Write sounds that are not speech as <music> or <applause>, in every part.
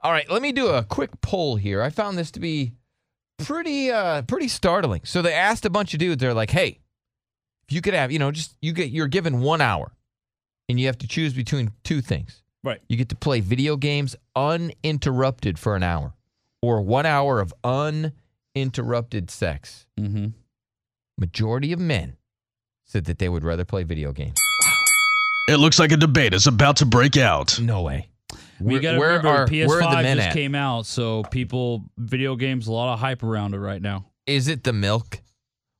All right, let me do a quick poll here. I found this to be pretty uh pretty startling. So they asked a bunch of dudes, they're like, hey, if you could have, you know, just you get you're given one hour and you have to choose between two things. Right. You get to play video games uninterrupted for an hour. Or one hour of uninterrupted sex. Mm-hmm. Majority of men said that they would rather play video games. It looks like a debate is about to break out. No way. We Where- got to where remember are- PS5 where are the men just at? came out, so people, video games, a lot of hype around it right now. Is it the milk?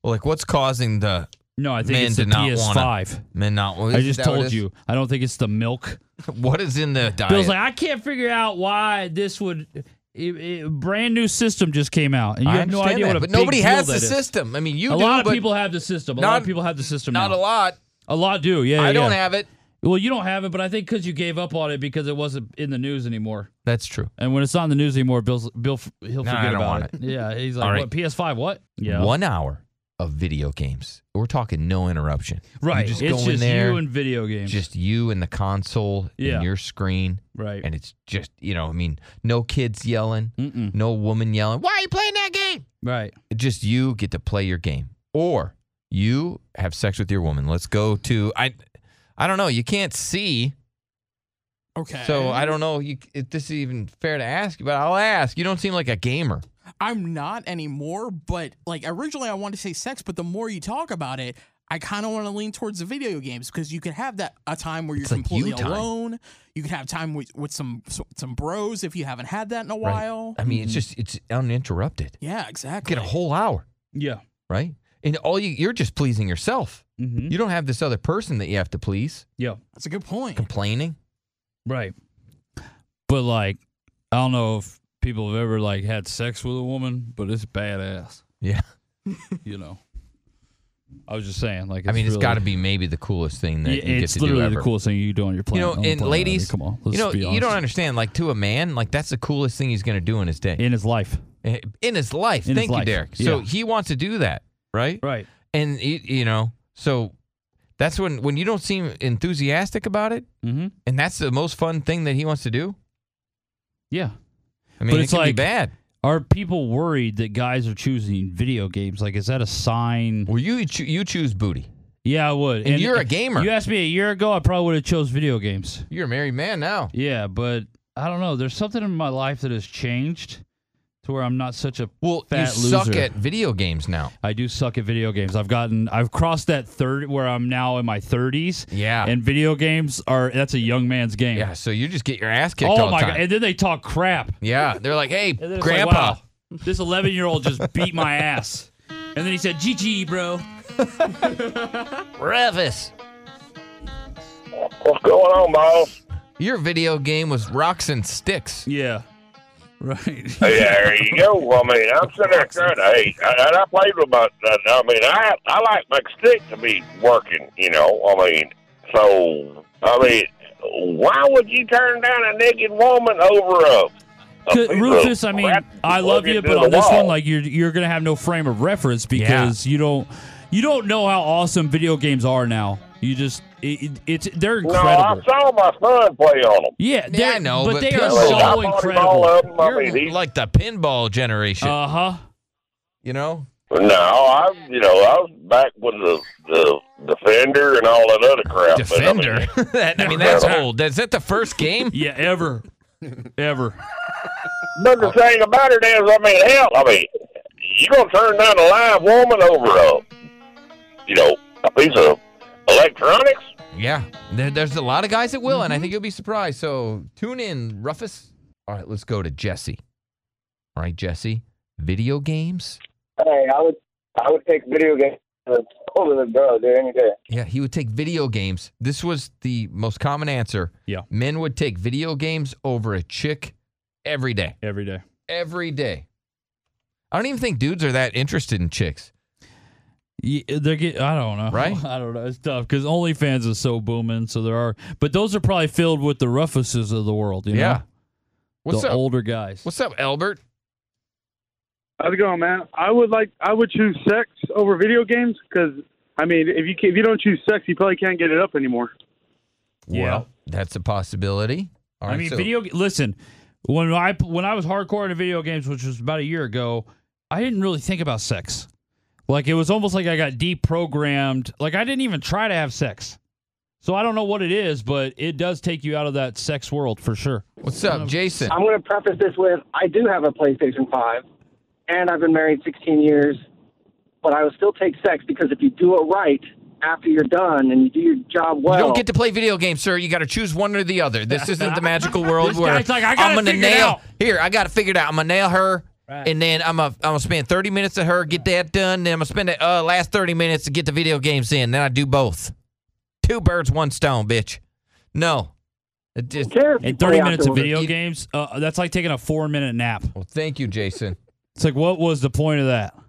Like what's causing the No, I think Men it's the did not PS5. men not I is just that what it told is? you. I don't think it's the milk. <laughs> What is in the diet? Bill's like, I can't figure out why this would. It, it- brand new system just came out, and you I have no understand idea that, what a but big nobody deal has the that is. system. I mean, you A do, lot of but people have the system. A lot not- of people have the system. not now. a lot. A lot do. Yeah, I yeah, don't yeah. have it. Well, you don't have it, but I think because you gave up on it because it wasn't in the news anymore. That's true. And when it's not in the news anymore, Bill's, Bill f- he'll Nah, I forget don't about want it. <laughs> Yeah, he's All like, right. what PS5? What? Yeah, One hour of video games. We're talking no interruption. right. You just it's go just in there, you and video games. just you and the console Yeah. and your screen, right. and it's just you know, I mean, no kids yelling, Mm-mm. no woman yelling. Why are you playing that game? Right. Just you get to play your game, or you have sex with your woman. Let's go to I, I don't know. You can't see. Okay. So I don't know you, if this is even fair to ask you, but I'll ask. You don't seem like a gamer. I'm not anymore, but like originally I wanted to say sex, but the more you talk about it, I kind of want to lean towards the video games because you could have that a time where you're It's like you completely time. alone. You could have time with, with some so- some bros if you haven't had that in a Right. while. I Mm-hmm. mean, it's just it's uninterrupted. Yeah, Get exactly. a whole hour, Yeah. right? And all you you're just pleasing yourself. Mm-hmm. You don't have this other person that you have to please, Yeah. That's a good point. complaining. Right. But like, I don't know if people have ever like had sex with a woman, but it's badass. Yeah. <laughs> You know. I was just saying, like, I mean, it's it's really- got to be maybe the coolest thing that Yeah, you get it's to do literally ever. the coolest thing you do on your you planet. know, on the and planet Earth. ladies, come on, let's you know, be you don't honest. understand. Like to a man, like that's the coolest thing he's going to do in his day, Eh, in his life, in, his life. In his Thank you, life. Derek. So Yeah. he wants to do that, right? right? and it, you know so that's when when you don't seem enthusiastic about it Mm-hmm. and that's the most fun thing that he wants to do Yeah. i mean But it it's can be like- bad Are people worried that guys are choosing video games? Like, is that a sign? well you cho- you choose booty Yeah, I would. And you're a gamer. You asked me a year ago, I probably would have chose video games. you're a married man now Yeah, but I don't know. There's something in my life that has changed to where I'm not such a well you fat loser. suck at video games now I do suck at video games. I've gotten I've crossed that third where I'm now in my 30s. Yeah. And video games are that's a young man's game. yeah so you just get your ass kicked oh all my the god. time And then they talk crap. yeah they're like hey And then it's grandpa like, wow, this 11 year old just beat my ass. And then he said, GG, bro. Revis, What's going <laughs> on, boss? your video game was rocks and sticks Yeah. Right. There you go. I mean, I'm sitting there trying to hey, I, and I played with my. I mean, I I like my stick to be working. You know, I mean, so I mean, why would you turn down a naked woman over a? <laughs> a C- piece of Rufus, I mean, crap I love plugged you, into but the on this wall? one, like you're you're gonna have no frame of reference because you don't you don't know how awesome video games are now. You just it, it- it's they're no, I incredible. saw my son play on them. yeah, Yeah, they're- I know, but, but they I are That's mean, so I pinball- bought him all incredible. of them. I you're mean, he, like the pinball generation Uh huh. you know no, I you know I was back with the the defender and all that other crap. but, I mean, defender <laughs> That- i mean that's old is that the first game Yeah, <laughs> ever, ever. But the thing about it is, I mean, hell, I mean, you gonna turn down a live woman over a, you know, a piece of electronics? Yeah, there, there's a lot of guys that will, and Mm-hmm. I think you'll be surprised. So tune in, Rufus. All right, let's go to Jesse. All right, Jesse, video games. Hey, I would I would take video games over the girl dude any day. Yeah, he would take video games. This was the most common answer. Yeah. men would take video games over a chick every day. Every day. Every day. I don't even think dudes are that interested in chicks. Yeah, they're get. I don't know. Right? <laughs> I don't know. It's tough because OnlyFans is so booming. So there are, but those are probably filled with the Ruffuses of the world. You Yeah. know? What's the up? older guys. What's up, Albert? How's it going, man? I would like I would choose sex over video games because I mean, if you can, if you don't choose sex, you probably can't get it up anymore. Yeah. Well, that's a possibility. All I right, mean, so- video. Listen, when I when I was hardcore into video games, which was about a year ago, I didn't really think about sex. Like it was almost like I got deprogrammed. Like I didn't even try to have sex. So I don't know what it is, but it does take you out of that sex world for sure. What's up, Jason? I'm going to preface this with I do have a PlayStation 5, and I've been married 16 years, but I will still take sex because if you do it right after you're done and you do your job well, You don't get to play video games, sir. You got to choose one or the other. This isn't the <laughs> magical world This where guy's like, I gotta am gonna figure it nail out. here. I got to figure it out. I'm gonna nail her, and then I'm gonna I'm gonna spend 30 minutes at her, get that done. Then I'm gonna spend the uh, last 30 minutes to get the video games in. Then I do both. Two birds, one stone, bitch. No, it just. Who cares if you And play 30 minutes of afterwards? video games, uh, that's like taking a four minute nap. Well, thank you, Jason. It's like, what was the point of that?